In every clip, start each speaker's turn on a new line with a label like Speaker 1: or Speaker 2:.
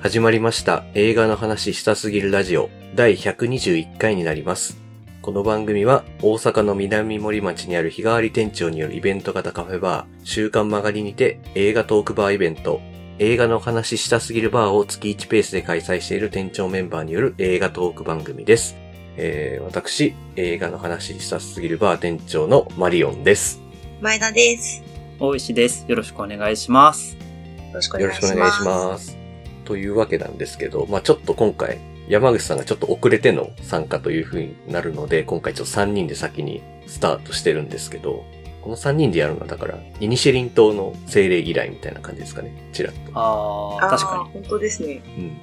Speaker 1: 始まりました映画の話したすぎるラジオ第121回になります。この番組は大阪の南森町にある日替わり店長によるイベント型カフェバー週刊曲がりにて映画トークバーイベント映画の話したすぎるバーを月1ペースで開催している店長メンバーによる映画トーク番組です。えー、私、映画の話したすぎるバー店長のマリオンです。
Speaker 2: 前田です。
Speaker 3: 大石です。よろしくお願いします。
Speaker 2: よろしくお
Speaker 1: よ
Speaker 2: 願
Speaker 1: ろ
Speaker 2: い
Speaker 1: し
Speaker 2: し
Speaker 1: く
Speaker 2: ま
Speaker 1: お
Speaker 2: す。
Speaker 1: 願いします。というわけなんですけど、まあちょっと今回、山口さんがちょっと遅れての参加という風になるので、今回ちょっと3人で先にスタートしてるんですけど、この3人でやるのはだから、イニシェリン島の精霊以来みたいな感じですかね、ちらっと。
Speaker 3: あ
Speaker 2: あ
Speaker 3: あ、
Speaker 2: ー
Speaker 3: 確か
Speaker 2: 本当ですね。
Speaker 1: うん。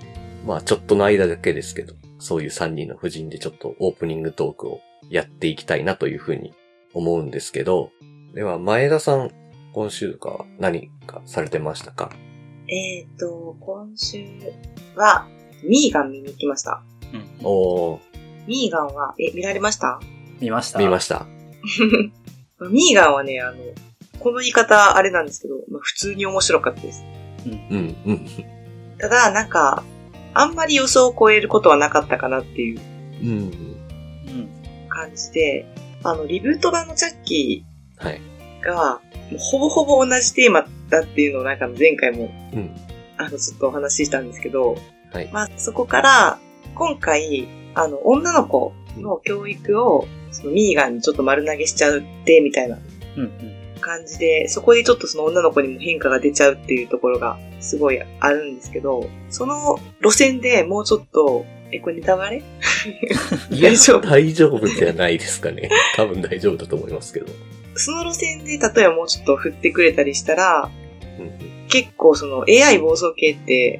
Speaker 1: まあちょっとの間だけですけど、そういう3人の婦人でちょっとオープニングトークをやっていきたいなというふうに思うんですけど、では前田さん、今週か何かされてましたか
Speaker 2: えっ、と、今週は、ミーガン見に行きました。
Speaker 3: に。うん。
Speaker 1: おー、
Speaker 2: ミーガンは、え、見られました
Speaker 3: 見ました。
Speaker 1: 見ま
Speaker 3: し
Speaker 1: した。
Speaker 2: ミーガンはね、あの、この言い方あれなんですけど、まあ、普通に面白かったです。
Speaker 1: うん、うん、
Speaker 2: ただ、なんか、あんまり予想を超えることはなかったかなっていう
Speaker 1: うん。
Speaker 3: た。うん。
Speaker 2: 感じで、あの、リブート版のチャッキ
Speaker 1: はい。
Speaker 2: ーが、もうほぼほぼ同じテーマだっていうのをなんか前回も、
Speaker 1: うん
Speaker 2: あの、ずっとお話ししたんですけど、
Speaker 1: はい。
Speaker 2: まあ、そこから、今回、あの、女の子の教育を、そのミーガンにちょっと丸投げしちゃうって、みたいな
Speaker 3: うん。うん。
Speaker 2: 感じで、そこでちょっとその女の子にも変化が出ちゃうっていうところが、すごいあるんですけど、その路線でもうちょっと、え、これネタバレ
Speaker 1: いや
Speaker 2: 大丈夫
Speaker 1: 大丈夫じゃないですかね。 多分大丈夫だと思いますけど。
Speaker 2: その路線で、例えばもうちょっと振ってくれたりしたら、
Speaker 1: うんうん
Speaker 2: 結構その AI 暴走系って、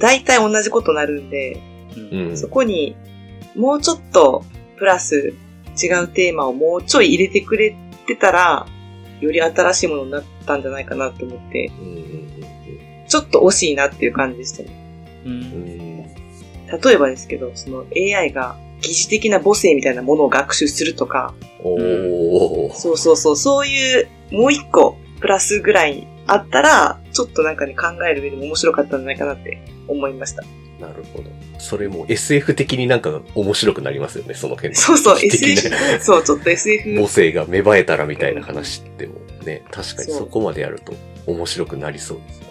Speaker 2: 大体同じことになるんで、
Speaker 3: うん。
Speaker 1: うん。
Speaker 2: そこに、もうちょっと、プラス、違うテーマをもうちょい入れてくれてたら、より新しいものになったんじゃないかなと思って、
Speaker 1: うんうん
Speaker 2: ちょっと惜しいなっていう感じでしたね。
Speaker 3: う
Speaker 1: うん
Speaker 3: ん。
Speaker 1: うん
Speaker 2: 例えばですけど、その AI が疑似的な母性みたいなものを学習するとか、
Speaker 1: おー。
Speaker 2: そうそうそう、そういう、もう一個、プラスぐらいあったら、ちょっとなんかね、考える上でも面白かったんじゃないかなって思いました。
Speaker 1: なるほど。それも SF 的になんか面白くなりますよね、その辺。
Speaker 2: そうそう、
Speaker 1: 的な
Speaker 2: SF、そう、ちょっと SF
Speaker 1: 母性が芽生えたらみたいな話ってもね、確かに
Speaker 2: そう
Speaker 1: そこまでやると面白くなりそうですね。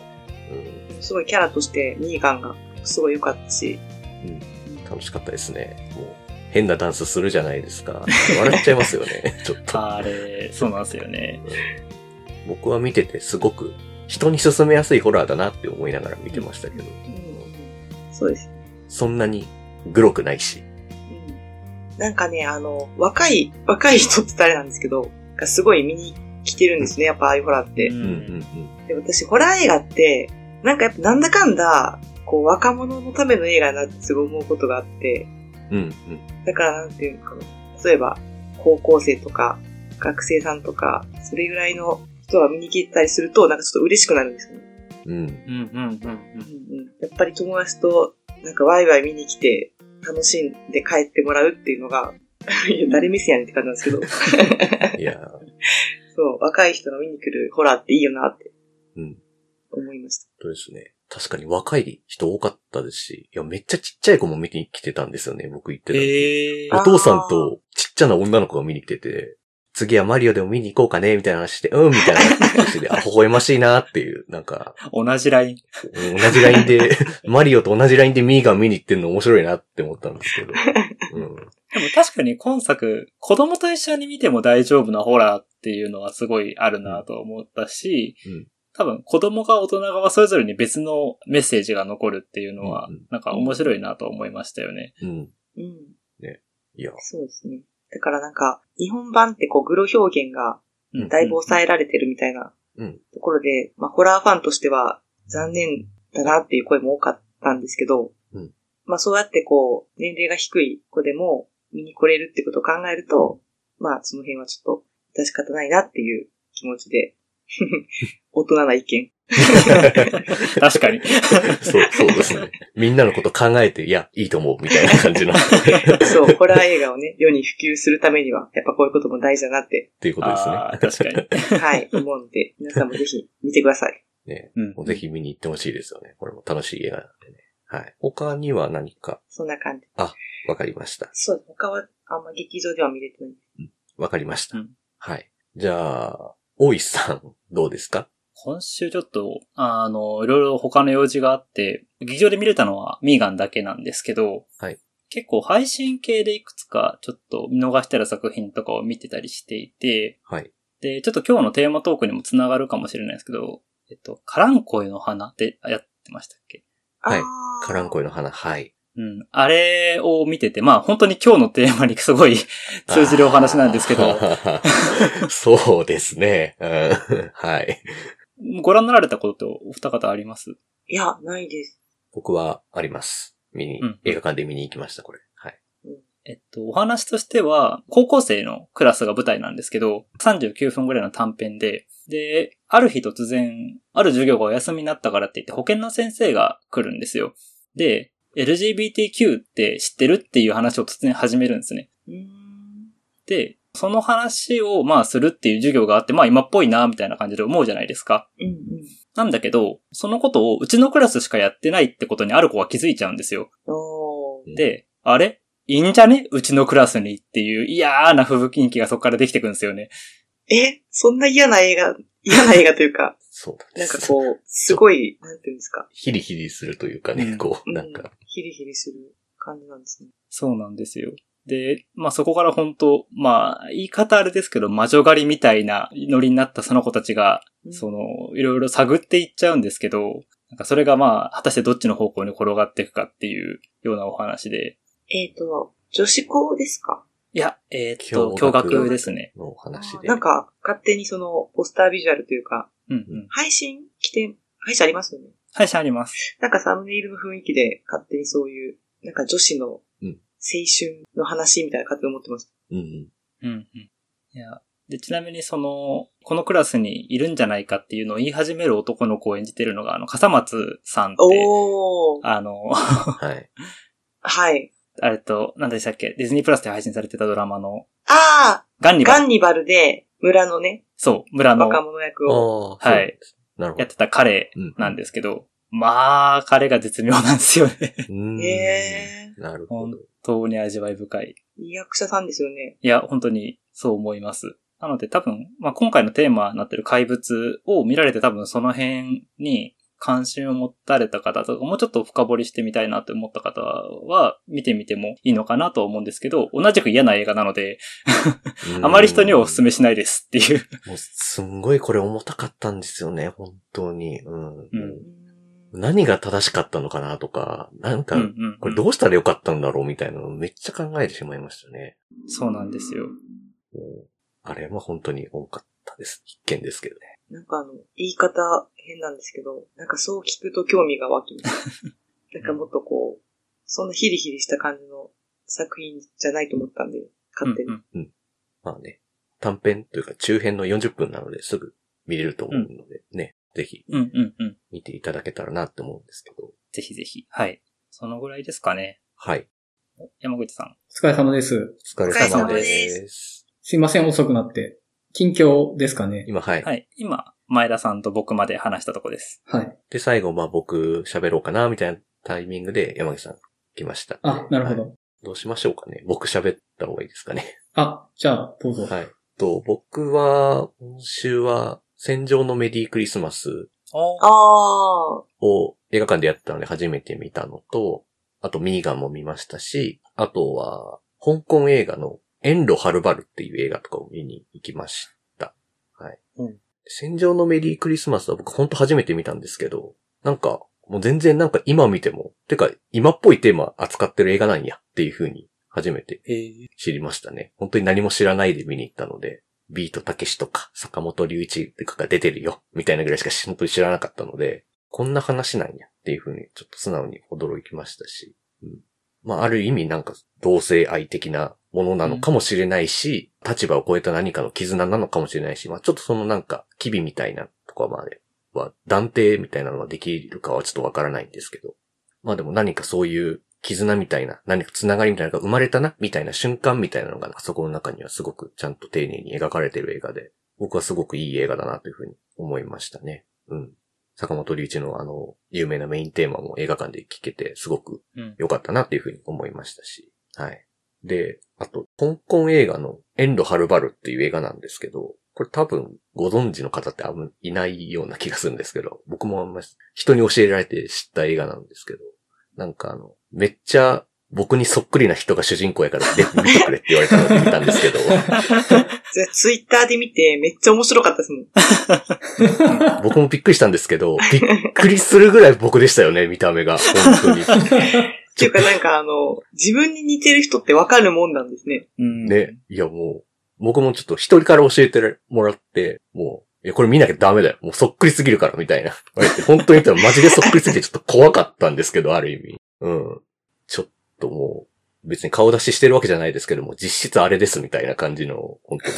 Speaker 2: すごいキャラとしてミーガンがすごい良かったし、
Speaker 1: うん、楽しかったですね。もう変なダンスするじゃないですか。笑っちゃいますよね、 ちょっと。
Speaker 3: あれ、そうなんですよね。。
Speaker 1: 僕は見ててすごく人に勧めやすいホラーだなって思いながら見てましたけど、
Speaker 2: そうです。
Speaker 1: そんなにグロくないし。
Speaker 2: なんかね、あの、若い、若い人って誰なんですけど、がすごい見に来てるんですね、やっぱああいうホラーって。
Speaker 1: うん
Speaker 2: で私、ホラー映画って、なんかやっぱなんだかんだ、こう、若者のための映画だなってすごい思うことがあって、
Speaker 1: うんうん。
Speaker 2: だからなんていうのかな。例えば、高校生とか、学生さんとか、それぐらいの人が見に来てたりすると、なんかちょっと嬉しくなるんですよね。
Speaker 1: うんうん。
Speaker 3: うん。うん。う。
Speaker 2: うんんうんやっぱり友達となんかワイワイ見に来て楽しんで帰ってもらうっていうのが、いや誰目線やねんって感じなんです けど、
Speaker 1: いやー
Speaker 2: そう、若い人の見に来るホラーっていいよなって
Speaker 1: うん。
Speaker 2: 思いました。
Speaker 1: そうですね。確かに若い人多かったですし、いや、めっちゃちっちゃい子も見に来てたんですよね、僕行ってた。
Speaker 3: ええ
Speaker 1: お父さんとちっちゃな女の子が見に来てて、次はマリオでも見に行こうかね、みたいな話して、うん、みたいな話で、あ、微笑ましいなっていう、なんか、
Speaker 3: 同じライン。
Speaker 1: うん同じラインで、 マリオと同じラインでミーガン見に行ってんの面白いなって思ったんですけど。うん。
Speaker 3: でも確かに今作、子供と一緒に見ても大丈夫なホラーっていうのはすごいあるなと思ったし、
Speaker 1: うん
Speaker 3: 多分子供が大人側それぞれに別のメッセージが残るっていうのは
Speaker 1: うんうん、
Speaker 3: なんか面白いなと思いましたよね。
Speaker 1: うん。
Speaker 2: うん。
Speaker 1: いや。
Speaker 2: そうですね。だからなんか、日本版ってこう、グロ表現がだいぶ抑えられてるみたいな
Speaker 1: うん
Speaker 2: ところで、まあ、ホラーファンとしては残念だなっていう声も多かったんですけど、
Speaker 1: うん
Speaker 2: まあ、そうやってこう、年齢が低い子でも見に来れるってことを考えると、まあ、その辺はちょっと致し方ないなっていう気持ちで、 大人な意 見。
Speaker 3: 確かに。
Speaker 1: そう、そうですね。みんなのこと考えて、いや、いいと思う、みたいな感じ の、っ
Speaker 2: そう、ホラー映画をね、世に普及するためには、やっぱこういうことも大事だなって、
Speaker 1: ていうことですね。
Speaker 3: ああ、確かに。
Speaker 2: はい、思うので、皆さんもぜひ見てください。
Speaker 1: ね
Speaker 3: うん
Speaker 1: もうぜひ見に行ってほしいですよね。これも楽しい映画なんでね。はい。他には何か
Speaker 2: そんな感じ。
Speaker 1: わかりました。
Speaker 2: そう、他はあんま劇場では見れてない。
Speaker 1: わかりました。
Speaker 3: うん
Speaker 1: はい。じゃあ、大石さん、どうですか
Speaker 3: 今週ちょっと、あの、いろいろ他の用事があって、劇場で見れたのはミーガンだけなんですけど、
Speaker 1: はい
Speaker 3: 結構配信系でいくつかちょっと見逃してる作品とかを見てたりしていて、
Speaker 1: はい。
Speaker 3: で、ちょっと今日のテーマトークにもつながるかもしれないですけど、えっと、カランコエの花ってやってましたっけ
Speaker 1: はい
Speaker 2: あー
Speaker 1: カランコエの花、はい。
Speaker 3: うん。あれを見てて、まあ本当に今日のテーマにすごい通じるお話なんです けど、
Speaker 1: あー。 そうですね。うん、はい。
Speaker 3: ご覧になられたことってお二方あります
Speaker 2: いや、ないです。
Speaker 1: 僕はあります。見に、
Speaker 3: うん
Speaker 1: 映画館で見に行きました、これ。はい。
Speaker 3: えっと、お話としては、高校生のクラスが舞台なんですけど、39分ぐらいの短編で、で、ある日突然、ある授業がお休みになったからって言って保健の先生が来るんですよ。で、LGBTQ って知ってるっていう話を突然始めるんですね。
Speaker 2: うーん。
Speaker 3: で、その話をまあするっていう授業があって、まあ今っぽいなみたいな感じで思うじゃないですか。
Speaker 2: うんうん。
Speaker 3: なんだけど、そのことをうちのクラスしかやってないってことにある子は気づいちゃうんですよ。
Speaker 2: おー。
Speaker 3: で、あれいいんじゃねうちのクラスにっていう嫌な吹雪気がそこからできてくるんですよね。
Speaker 2: え、そんな嫌な 映画、嫌な映画というか、
Speaker 1: そうなんで
Speaker 2: なん
Speaker 1: す。
Speaker 2: かこう、すごい、なんていうんですか。
Speaker 1: ヒリヒリするというか
Speaker 3: う
Speaker 1: ね、
Speaker 3: ん
Speaker 1: こう、
Speaker 2: うん
Speaker 1: なんか、
Speaker 2: ヒリヒリする感じなんですね。
Speaker 3: そうなんですよ。で、まあそこから本当まあ言い方あれですけど、魔女狩りみたいなノリになったその子たちが、
Speaker 2: うん
Speaker 3: その、いろいろ探っていっちゃうんですけど、なんかそれがまあ果たしてどっちの方向に転がっていくかっていうようなお話で、
Speaker 2: えっ、と、女子校ですか
Speaker 3: いや、えーっと、
Speaker 1: 驚
Speaker 3: 驚
Speaker 1: 愕
Speaker 3: 愕ですね。
Speaker 1: のお話
Speaker 2: あー
Speaker 1: で。
Speaker 2: なんか、勝手にその、ポスタービジュアルというか、
Speaker 3: うんうん。
Speaker 2: 配信来て、配信ありますよね。
Speaker 3: 配信あります。
Speaker 2: なんかサムネイルの雰囲気で、勝手にそういう、なんか女子の、青
Speaker 1: うん
Speaker 2: 春の話みたいな勝手に思ってます。
Speaker 1: うん。
Speaker 3: うんうん。いや、で、ちなみにその、このクラスにいるんじゃないかっていうのを言い始める男の子を演じてるのが、あの、笠松さんって、
Speaker 2: おー。
Speaker 3: あの、
Speaker 1: はい。
Speaker 2: はい。
Speaker 3: あれと、何でしたっけディズニープラスで配信されてたドラマの、
Speaker 2: あ
Speaker 3: ガン
Speaker 2: ー
Speaker 3: ニ
Speaker 2: ガ
Speaker 3: バル、
Speaker 2: ンニバルで、村のね、
Speaker 3: そう、村の、
Speaker 2: 若者役
Speaker 1: あ
Speaker 2: を。
Speaker 1: あ、
Speaker 3: は
Speaker 1: はい。
Speaker 3: い、
Speaker 1: なるほ
Speaker 3: や
Speaker 1: ど
Speaker 3: って。た彼
Speaker 1: うん
Speaker 3: なんですけど、まあ、彼が絶妙なんですよね。
Speaker 1: うーん
Speaker 2: へ
Speaker 1: なるほど。
Speaker 3: 本当に味わい深い。
Speaker 2: ー。いい役者さんですよね。
Speaker 3: いや、本当にそう思います。なので多分、まあ、今回のテーマになってる怪物を見られて多分その辺に関心を持たれた方とか、もうちょっと深掘りしてみたいなって思った方は、見てみてもいいのかなと思うんですけど、同じく嫌な映画なので、あまり人にはお勧
Speaker 1: め。
Speaker 3: めしないですって いう。
Speaker 1: もうすんごいこれ重たかったんですよね、本当に。うん。
Speaker 3: うん
Speaker 2: うーん
Speaker 1: 何が正しかったのかなとか、なんか、
Speaker 3: うん
Speaker 1: これどうしたらよかったんだろうみたいなのをめっちゃ考えてしまいましたね。
Speaker 3: そうなんですよ。
Speaker 1: うんあれは本当に多かったです。必見ですけどね。
Speaker 2: なんかあの、言い方変なんですけど、なんかそう聞くと興味が湧きます。 なんかもっとこう、そんなヒリヒリした感じの作品じゃないと思ったんで、勝手に。
Speaker 3: うん
Speaker 1: まあね、短編というか中編の40分なのですぐ見れると思うのでね、ぜひ
Speaker 3: うん、うんうんうん。
Speaker 1: 見ていただけたらなって思うんですけど。
Speaker 3: ぜひぜひ。はい。そのぐらいですかね。
Speaker 1: はい。
Speaker 3: 山口さん。
Speaker 4: お疲れ様です。
Speaker 1: お疲れ
Speaker 2: お
Speaker 1: 様
Speaker 2: 疲れ様
Speaker 1: です。
Speaker 2: です
Speaker 4: いません、遅くなって。近況ですかね。
Speaker 1: 今、はい。
Speaker 3: はい。今、前田さんと僕まで話したとこです。
Speaker 4: はい。
Speaker 1: で、最後、まあ僕喋ろうかな、みたいなタイミングで山口さん来ました。
Speaker 4: あ、なるほど。
Speaker 1: はいどうしましょうかね。僕喋った方がいいですかね。
Speaker 4: あ、じゃあ、どうぞ。
Speaker 1: はい。と、僕は、今週は、戦場のメリークリスマス
Speaker 3: お
Speaker 2: ああ、
Speaker 1: を映画館でやったので初めて見たのと、あとミーガンも見ましたし、あとは、香港映画の遠路はるばるっていう映画とかを見に行きました。はい。
Speaker 3: うん
Speaker 1: 戦場のメリークリスマスは僕ほんと初めて見たんですけど、なんか、もう全然なんか今見ても、てか今っぽいテーマ扱ってる映画なんやっていう風に初めて
Speaker 3: えー、
Speaker 1: 知りましたね。本当に何も知らないで見に行ったので、ビートたけしとか坂本龍一とかが出てるよ、みたいなぐらいしか本当に知らなかったので、こんな話なんやっていうふうにちょっと素直に驚きましたし、うん、まあある意味なんか同性愛的なものなのかもしれないし、立場を超えた何かの絆なのかもしれないし、まあちょっとそのなんか機微みたいなとこまでは断定みたいなのができるかはちょっとわからないんですけど、まあでも何かそういう絆みたいな、何か繋がりみたいなのが生まれたな、みたいな瞬間みたいなのが、あそこの中にはすごくちゃんと丁寧に描かれてる映画で、僕はすごくいい映画だなというふうに思いましたね。うん。坂本龍一のあの、有名なメインテーマも映画館で聴けて、すごく
Speaker 3: うん。
Speaker 1: 良かったなっていうふうに思いましたし、はい。で、あと、香港映画の遠路はるばるっていう映画なんですけど、これ多分ご存知の方ってあんまいないような気がするんですけど、僕もあんま人に教えられて知った映画なんですけど、なんかあの、めっちゃ僕にそっくりな人が主人公やからで見てくれって言われたので見たんですけど、
Speaker 2: それツイッターで見て、めっちゃ面白かったですもん。
Speaker 1: 僕もびっくりしたんですけど、びっくりするぐらい僕でしたよね、見た目が。本当に。
Speaker 2: っていうかなんかあの、自分に似てる人ってわかるもんなんですね。
Speaker 3: うん。
Speaker 1: ね。いや、もう、僕もちょっと一人から教えてもらって、もう、いや、これ見なきゃダメだよ。もうそっくりすぎるから、みたいな。言われて本当に言ったらマジでそっくりすぎてちょっと怖かったんですけど、ある意味。うん。ちょっともう、別に顔出ししてるわけじゃないですけども、実質あれですみたいな感じの、本当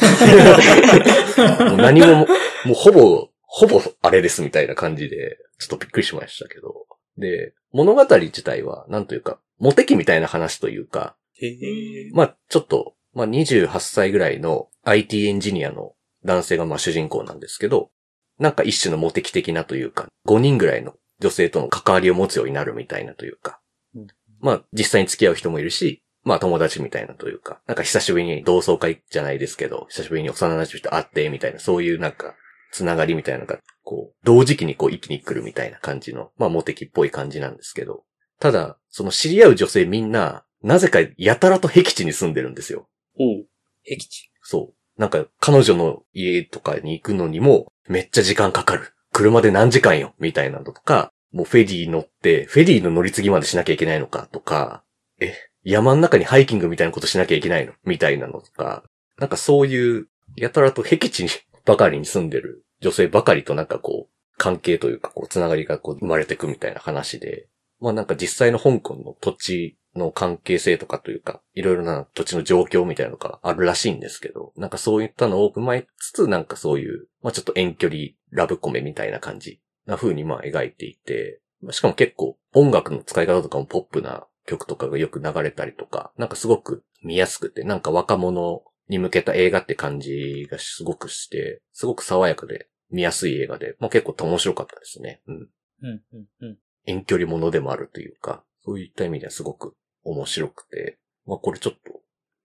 Speaker 1: に。もう何も、もうほぼ、ほぼあれですみたいな感じで、ちょっとびっくりしましたけど。で、物語自体は、なんというか、モテ期みたいな話というか、
Speaker 3: へえ。
Speaker 1: まあ、ちょっと、まあ、28歳ぐらいの IT エンジニアの男性がまあ主人公なんですけど、なんか一種のモテ期的なというか、5人ぐらいの女性との関わりを持つようになるみたいなというか
Speaker 3: うん、
Speaker 1: まあ、実際に付き合う人もいるし、まあ友達みたいなというか、なんか久しぶりに同窓会じゃないですけど、久しぶりに幼馴染と会って、みたいな、そういうなんか、つながりみたいなのが、こう、同時期にこう、一気に来るみたいな感じの、まあモテ期っぽい感じなんですけど、ただ、その知り合う女性みんな、なぜかやたらと僻地に住んでるんですよ。
Speaker 3: おう。僻地。
Speaker 1: そう。なんか、彼女の家とかに行くのにも、めっちゃ時間かかる。車で何時間よ、みたいなのとか、もうフェリー乗って、フェリーの乗り継ぎまでしなきゃいけないのか、とか、え、山の中にハイキングみたいなことしなきゃいけないのみたいなのとか、なんかそういう、やたらと僻地にばかりに住んでる女性ばかりとなんかこう、関係というか、こう、つながりがこう、生まれてくみたいな話で、まあなんか実際の香港の土地の関係性とかというか、いろいろな土地の状況みたいなのがあるらしいんですけど、なんかそういったのを踏まえつつ、なんかそういう、まあちょっと遠距離ラブコメみたいな感じな風にまあ描いていて、まあしかも結構音楽の使い方とかもポップな曲とかがよく流れたりとか、なんかすごく見やすくて、なんか若者に向けた映画って感じがすごくして、すごく爽やかで見やすい映画で、まあ結構面白かったですね。うん。
Speaker 3: うん、うん、うん。
Speaker 1: 遠距離ものでもあるというか、そういった意味ではすごく面白くて、まあこれちょっと、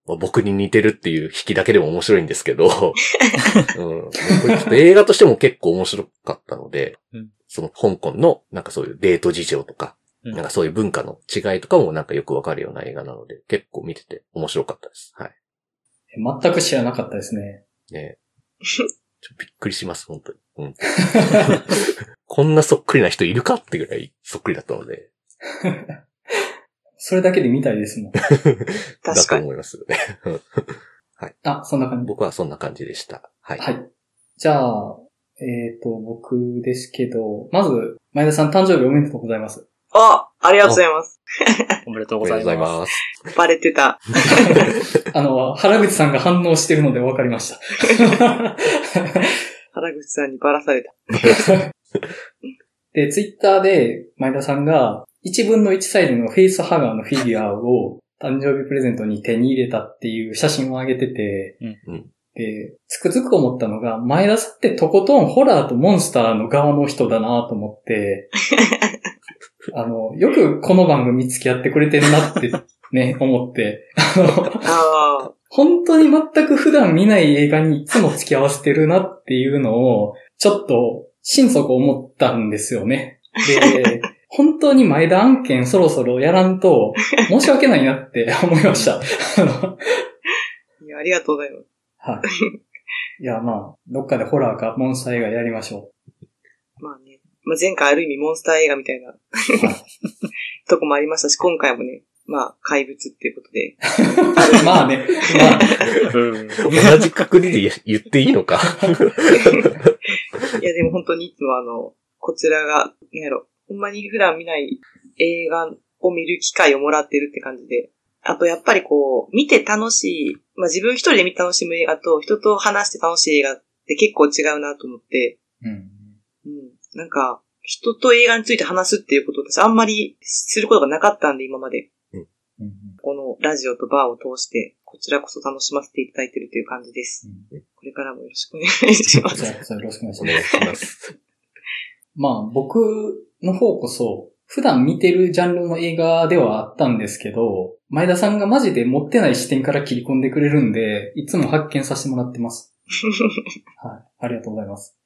Speaker 1: まあ、僕に似てるっていう引きだけでも面白いんですけど、う ん、これちょっと映画としても結構面白かったので、
Speaker 3: うん
Speaker 1: その香港のなんかそういうデート事情とか、
Speaker 3: うん
Speaker 1: なんかそういう文化の違いとかもなんかよくわかるような映画なので、結構見てて面白かったです。はい。
Speaker 4: 全く知らなかったですね。
Speaker 1: ねえ。ちょびっくりします、本当に。うん。 こんなそっくりな人いるかってぐらいそっくりだったので、
Speaker 4: それだけで見たいですもん。
Speaker 1: だ
Speaker 2: 確
Speaker 1: と
Speaker 2: かに。
Speaker 1: 思います。
Speaker 4: あ、そんな感じ。
Speaker 1: 僕はそんな感じでした。はい。
Speaker 4: はい。じゃあ、えっ、と、僕ですけど、まず、前田さん誕生日おめでとうございます。
Speaker 2: あ、ありがとうございます。
Speaker 3: おめでとう
Speaker 1: お
Speaker 3: ご
Speaker 1: めでと
Speaker 3: ざ
Speaker 1: う
Speaker 3: い
Speaker 1: ござい
Speaker 3: ます。
Speaker 1: ます。
Speaker 2: バレてた。
Speaker 4: あの、原口さんが反応してるので分かりました。
Speaker 2: 原口さんにバラされた。
Speaker 4: で、ツイッターで前田さんが1分の1サイズのフェイスハガーのフィギュアを誕生日プレゼントに手に入れたっていう写真を上げてて、
Speaker 1: うんうん
Speaker 4: で、つくづく思ったのが、前田さんってとことんホラーとモンスターの側の人だなと 思って、あの、よくこの番組付き合ってくれてるなってね、思って、あの、
Speaker 2: ああ、
Speaker 4: 本当に全く普段見ない映画にいつも付き合わせてるなっていうのを、ちょっと心底思ったんですよね。で、本当に前田案件そろそろやらんと、申し訳ないなって思いました。あの
Speaker 2: いや、ありがとうございます。
Speaker 4: はい。いや、まあ、どっかでホラーかモンスター映画やりましょ
Speaker 2: まあね。まあ、前回ある意味モンスター映画みたいなとこもありましたし、今回もね、まあ、怪物っていうことで。
Speaker 4: う。まあね、まあ、
Speaker 3: うん。
Speaker 1: 同じくくりで言 っていいのか。
Speaker 2: いや、でも本当にいつもあの、こちらが、なんやろ、ほんまに普段見ない映画を見る機会をもらってるって感じで。あと、やっぱりこう、見て楽しい、まあ自分一人で見て楽しむ映画と、人と話して楽しい映画って結構違うなと思って、
Speaker 4: うん、
Speaker 2: うん。なんか、人と映画について話すっていうことを私あんまりすることがなかったんで、今まで。
Speaker 4: うん
Speaker 2: このラジオとバーを通して、こちらこそ楽しませていただいてるという感じです。
Speaker 4: うん
Speaker 2: これからもよろしくお願いし ま
Speaker 4: じゃ
Speaker 2: す。
Speaker 4: あ、よろしくお願いし
Speaker 1: お
Speaker 4: ま
Speaker 1: 願い
Speaker 4: す。
Speaker 1: します。
Speaker 4: まあ僕の方こそ、普段見てるジャンルの映画ではあったんですけど、前田さんがマジで持ってない視点から切り込んでくれるんで、いつも発見させてもらってます。はい。ありがとうございます。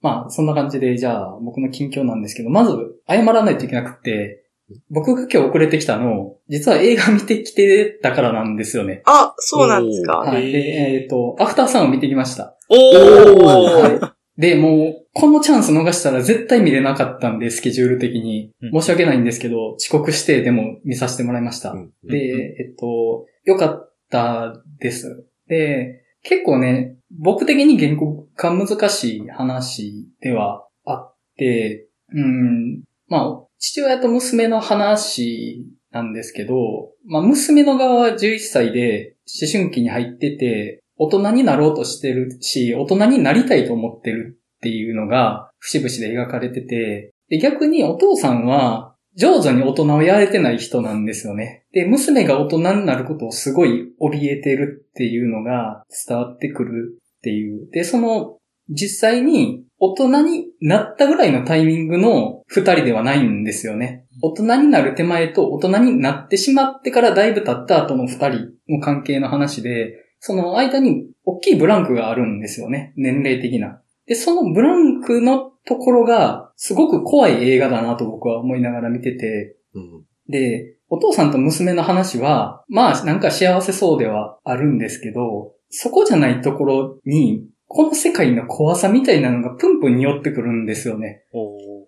Speaker 4: まあ、そんな感じで、じゃあ、僕の近況なんですけど、まず、謝らないといけなくて、僕が今日遅れてきたの、実は映画見てきてたからなんですよね。
Speaker 2: あ、そうなんですか。
Speaker 4: はい。で、えっ、と、アフターさんを見てきました。
Speaker 2: おー
Speaker 4: で、もう、このチャンス逃したら絶対見れなかったんで、スケジュール的に
Speaker 3: う。ん
Speaker 4: 申し訳ないんですけど、遅刻してでも見させてもらいました。
Speaker 1: うん
Speaker 4: で、えっと、良かったです。で、結構ね、僕的に原告が難しい話ではあって、うん、まあ、父親と娘の話なんですけど、まあ、娘の側は11歳で思春期に入ってて、大人になろうとしてるし、大人になりたいと思ってるっていうのが、節々で描かれてて、で、逆にお父さんは、上手に大人をやれてない人なんですよね。で、娘が大人になることをすごい怯えてるっていうのが伝わってくるっていう。で、その、実際に大人になったぐらいのタイミングの二人ではないんですよね。大人になる手前と大人になってしまってからだいぶ経った後の二人の関係の話で、その間に大きいブランクがあるんですよね。年齢的な。で、そのブランクのところが、すごく怖い映画だなと僕は思いながら見てて、
Speaker 1: うん。
Speaker 4: で、お父さんと娘の話は、まあなんか幸せそうではあるんですけど、そこじゃないところに、この世界の怖さみたいなのがプンプンに寄ってくるんですよね。
Speaker 3: おー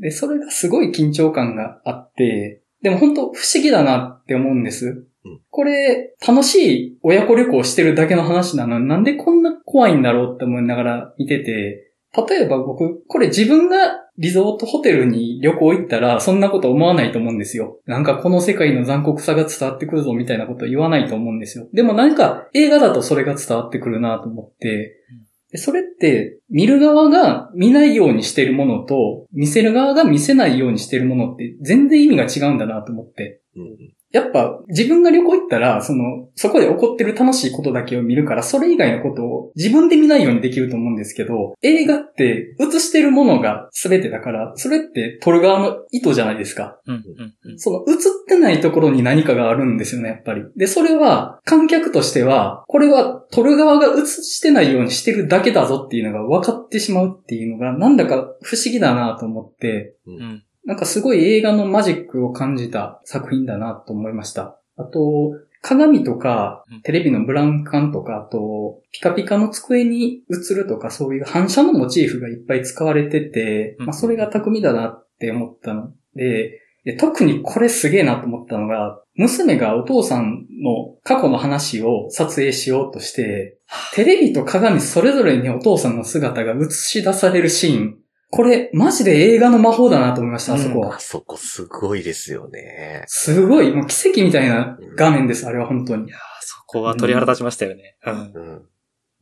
Speaker 4: で、それがすごい緊張感があって、でも本当不思議だなって思うんです。
Speaker 1: うん
Speaker 4: これ、楽しい親子旅行してるだけの話なのになんでこんな怖いんだろうって思いながら見てて、例えば僕、これ自分がリゾートホテルに旅行行ったらそんなこと思わないと思うんですよ。なんかこの世界の残酷さが伝わってくるぞみたいなこと言わないと思うんですよ。でもなんか映画だとそれが伝わってくるなと思って、でそれって、見る側が見ないようにしてるものと、見せる側が見せないようにしてるものって、全然意味が違うんだなと思って。
Speaker 1: うん。
Speaker 4: やっぱ、自分が旅行行ったら、その、そこで起こってる楽しいことだけを見るから、それ以外のことを自分で見ないようにできると思うんですけど、映画って映してるものが全てだから、それって撮る側の意図じゃないですか。
Speaker 3: うんうんうん
Speaker 4: その映ってないところに何かがあるんですよね、やっぱり。で、それは観客としては、これは撮る側が映してないようにしてるだけだぞっていうのが分かってしまうっていうのが、なんだか不思議だなと思って、
Speaker 3: うん
Speaker 4: なんかすごい映画のマジックを感じた作品だなと思いました。あと、鏡とか
Speaker 3: うん、
Speaker 4: テレビのブラウン管とか、あと、ピカピカの机に映るとか、そういう反射のモチーフがいっぱい使われてて、
Speaker 3: うん
Speaker 4: まあ、それが巧みだなって思ったので、で、特にこれすげえなと思ったのが、娘がお父さんの過去の話を撮影しようとして、テレビと鏡それぞれにお父さんの姿が映し出されるシーン。これ、マジで映画の魔法だなと思いました、あそこ
Speaker 1: あ
Speaker 4: は。
Speaker 1: そこすごいですよね。
Speaker 4: すごい、もう奇跡みたいな画面です、あれは本当に。
Speaker 3: あそこは鳥肌立ちましたよね。うん
Speaker 1: うん。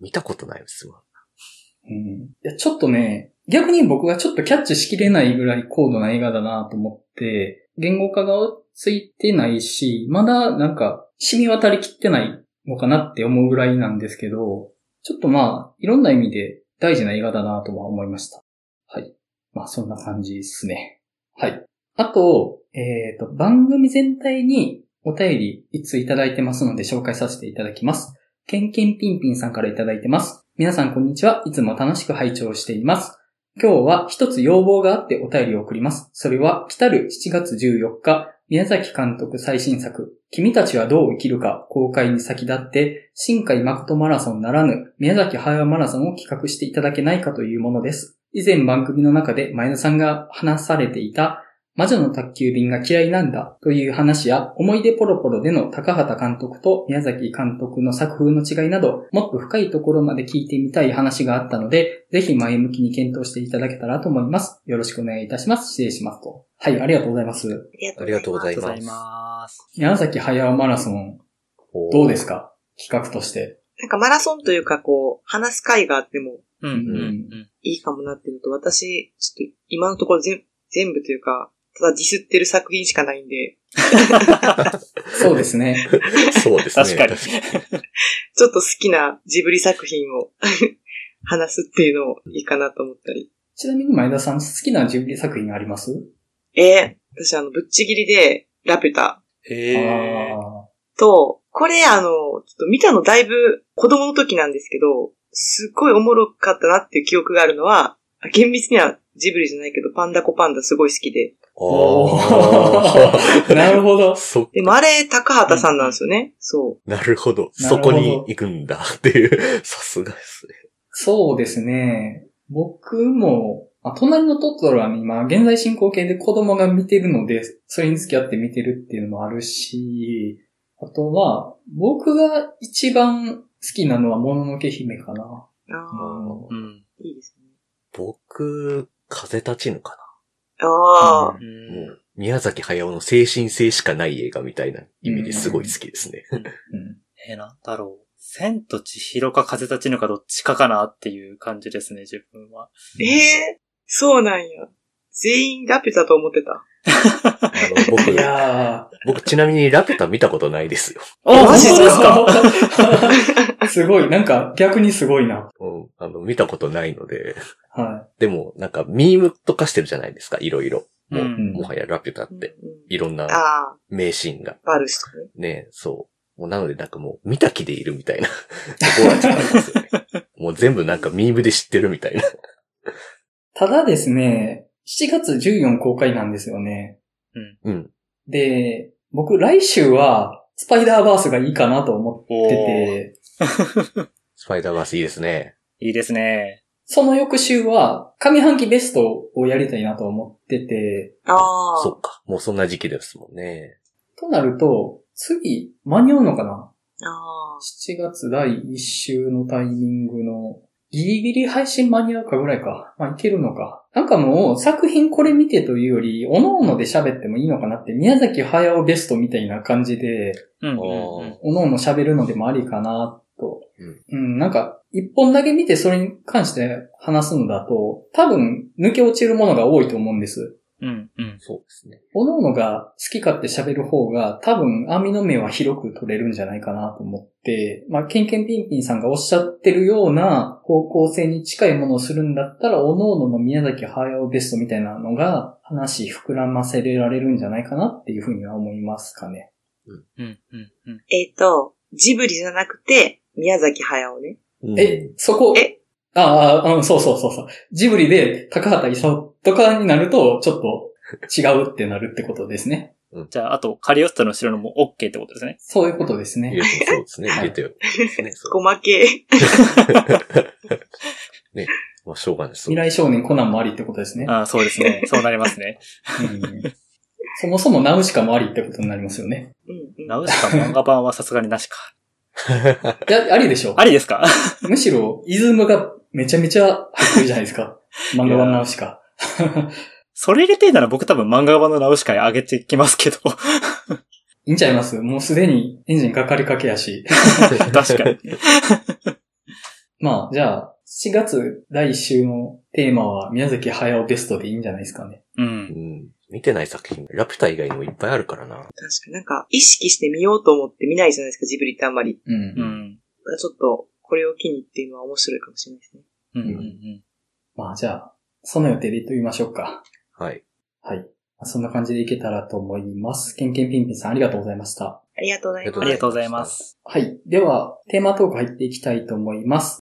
Speaker 1: 見たことないですわ。
Speaker 4: うんいや、ちょっとね、逆に僕がちょっとキャッチしきれないぐらい高度な映画だなと思って、言語化がついてないし、まだなんか染み渡りきってないのかなって思うぐらいなんですけど、ちょっとまあ、いろんな意味で大事な映画だなとは思いました。はい。まあ、そんな感じですね。はい。あと、えっ、と、番組全体にお便りいついただいてますので紹介させていただきます。ケンケンピンピンさんからいただいてます。皆さんこんにちは。いつも楽しく拝聴しています。今日は一つ要望があってお便りを送ります。それは、来たる7月14日、宮崎監督最新作、君たちはどう生きるか公開に先立って、新海誠マラソンならぬ、宮崎駿マラソンを企画していただけないかというものです。以前番組の中で前田さんが話されていた、魔女の宅急便が嫌いなんだという話や、思い出ポロポロでの高畑監督と宮崎監督の作風の違いなど、もっと深いところまで聞いてみたい話があったので、ぜひ前向きに検討していただけたらと思います。よろしくお願いいたします。失礼しますと。はい、ありがとうございます。
Speaker 1: ありがとうござ
Speaker 3: あり
Speaker 1: い
Speaker 3: がと
Speaker 1: ま
Speaker 3: うござい
Speaker 1: す。
Speaker 3: ます。
Speaker 4: 宮崎駿マラソン、どうですか企画として。
Speaker 2: なんかマラソンというか、こう、話す会があっても
Speaker 3: うんうんうん。
Speaker 2: いいかもなっていうのと、私、ちょっと今のところ全全部というか、ただディスってる作品しかないんで、
Speaker 4: そうですね。
Speaker 1: そうですね。
Speaker 3: 確か に。
Speaker 2: ちょっと好きなジブリ作品を話すっていうのをいいかなと思ったり。
Speaker 4: ちなみに前田さん好きなジブリ作品あります
Speaker 2: えー、私あの、ぶっちぎりで、ラピュタ
Speaker 3: へえ。
Speaker 4: あ
Speaker 2: と、これあの、ちょっと見たのだいぶ子供の時なんですけど、すっごいおもろかったなっていう記憶があるのは、あ厳密にはジブリじゃないけど、パンダコパンダすごい好きで。
Speaker 1: あ
Speaker 4: ーなるほど
Speaker 1: あ。。そ、
Speaker 2: でもあれ、高畑さんなんですよね。そう。
Speaker 1: なるほど。
Speaker 4: なる
Speaker 1: そ
Speaker 4: ほど
Speaker 1: こに行くんだっていう、さすがですね。
Speaker 4: そうですね。僕も、あ隣のトトロは今、現在進行形で子供が見てるので、それに付き合って見てるっていうのもあるし、あとは、僕が一番好きなのは、もののけ姫かな。
Speaker 2: ああ、
Speaker 4: うん
Speaker 3: うん。
Speaker 2: いいですね。
Speaker 1: 僕、風立ちぬか
Speaker 2: あ
Speaker 1: な。も
Speaker 2: あ、
Speaker 1: う、宮崎駿の精神性しかない映画みたいな意味ですごい好きですね。
Speaker 4: うん
Speaker 3: えー、なんだろう。千と千尋か風立ちぬかどっちかかなっていう感じですね、自分は。
Speaker 2: ええーそうなんや。全員ラピュタと思ってた。
Speaker 1: あの、僕
Speaker 4: い、や
Speaker 1: 僕ちなみにラピュタ見たことないですよ。
Speaker 3: あ
Speaker 2: マジっすか
Speaker 4: か すごい、なんか逆にすごいな。
Speaker 1: うん。あの、見たことないので。
Speaker 4: は
Speaker 1: でも、なんか、ミームとかしてるじゃないですか、いろいろ。
Speaker 3: う
Speaker 1: もう、
Speaker 4: ん
Speaker 3: ん。
Speaker 1: もはやラピュタっ
Speaker 2: うん
Speaker 1: て、
Speaker 2: うん
Speaker 1: いろんな
Speaker 2: ああ、
Speaker 1: 名シーンが。
Speaker 2: バルスとかね。
Speaker 1: ねそう。もうなので、なんかもう、見た気でいるみたいな ところがちょっとありますよね。もう全部なんかミームで知ってるみたいな。
Speaker 4: い。ただですね、7月14公開なんですよね。
Speaker 1: うん。
Speaker 4: で、僕来週は、スパイダーバースがいいかなと思
Speaker 3: お
Speaker 4: っ
Speaker 3: ー
Speaker 4: てて、
Speaker 1: スパイダーバースいいですね。
Speaker 3: いいですね。
Speaker 4: その翌週は、上半期ベストをやりたいなと思ってて、
Speaker 2: あ
Speaker 1: そ
Speaker 2: あ
Speaker 1: っか。もうそんな時期ですもんね。
Speaker 4: となると、次、間に合うのかな
Speaker 2: あ
Speaker 4: ?7 月第1週のタイミングの、ギリギリ配信間に合うかぐらいか。まあ、いけるのか。なんかもう、作品これ見てというより、おのおので喋ってもいいのかなって、宮崎駿ベストみたいな感じで、
Speaker 3: うん。
Speaker 1: おー
Speaker 4: おのおの喋るのでもありかなと。
Speaker 1: うん
Speaker 4: うん、なんか、一本だけ見てそれに関して話すのだと、多分抜け落ちるものが多いと思うんです。
Speaker 3: うん。うん。
Speaker 1: そうですね。
Speaker 4: おのおのが好き勝手喋る方が、多分網の目は広く取れるんじゃないかなと思って、まあ、ケンケンピンピンさんがおっしゃってるような方向性に近いものをするんだったら、おのおのの宮崎駿ベストみたいなのが話膨らませられるんじゃないかなっていうふうには思いますかね。
Speaker 3: うん。うん。うん。
Speaker 2: ーえっ、と、ジブリじゃなくて、宮崎駿ね。
Speaker 1: うん
Speaker 4: え、そこ、
Speaker 2: え
Speaker 4: ああ、うん、そうそうそうそう。ジブリで高畑勲とかになると、ちょっと違うってなるってことですね。
Speaker 3: じゃあ、あと、カリオストロの城のも OK ってことですね。
Speaker 4: そういうことです
Speaker 1: 入れ
Speaker 4: ね。
Speaker 1: てそうですね。入れてる。ね、そ
Speaker 2: ごま系。
Speaker 1: う。ね。まあ、しょうがないです。
Speaker 4: 未来少年コナンもありってことですね。
Speaker 3: ああ、そうですね。そうなりますね。
Speaker 4: うんそもそもナウシカもありってことになりますよね。
Speaker 2: うんうん
Speaker 3: ナウシカ漫画版はさすがになしか。
Speaker 4: いや、ありでしょ
Speaker 3: ありですか
Speaker 4: むしろ、イズムがめちゃめちゃ入ってるじゃないですか。漫画版ナウシカ。
Speaker 3: それ入れてんなら僕多分漫画版のナウシカに上げていきますけど。
Speaker 4: いいんちゃいますもうすでにエンジンかかりかけやし。
Speaker 3: 確かに。
Speaker 4: まあ、じゃあ、7月第1週のテーマは宮崎駿ベストでいいんじゃないですかね。
Speaker 3: う。
Speaker 1: うんん。見てない作品、ラピュタ以外にもいっぱいあるからな。
Speaker 2: 確かになんか、意識して見ようと思って見ないじゃないですか、ジブリってあんまり。
Speaker 4: う
Speaker 3: うんん。
Speaker 2: ちょっと、これを機にっていうのは面白いかもしれないですね。
Speaker 3: うん。うん。
Speaker 4: まあじゃあ、その予定で言ってみましょうか。
Speaker 1: はい。
Speaker 4: はい。まあそんな感じでいけたらと思います。ケンケンピンピンさんありがとうございました。
Speaker 2: ありがとうございます
Speaker 3: ありがとうございます。
Speaker 4: はい。では、テーマトーク入っていきたいと思います。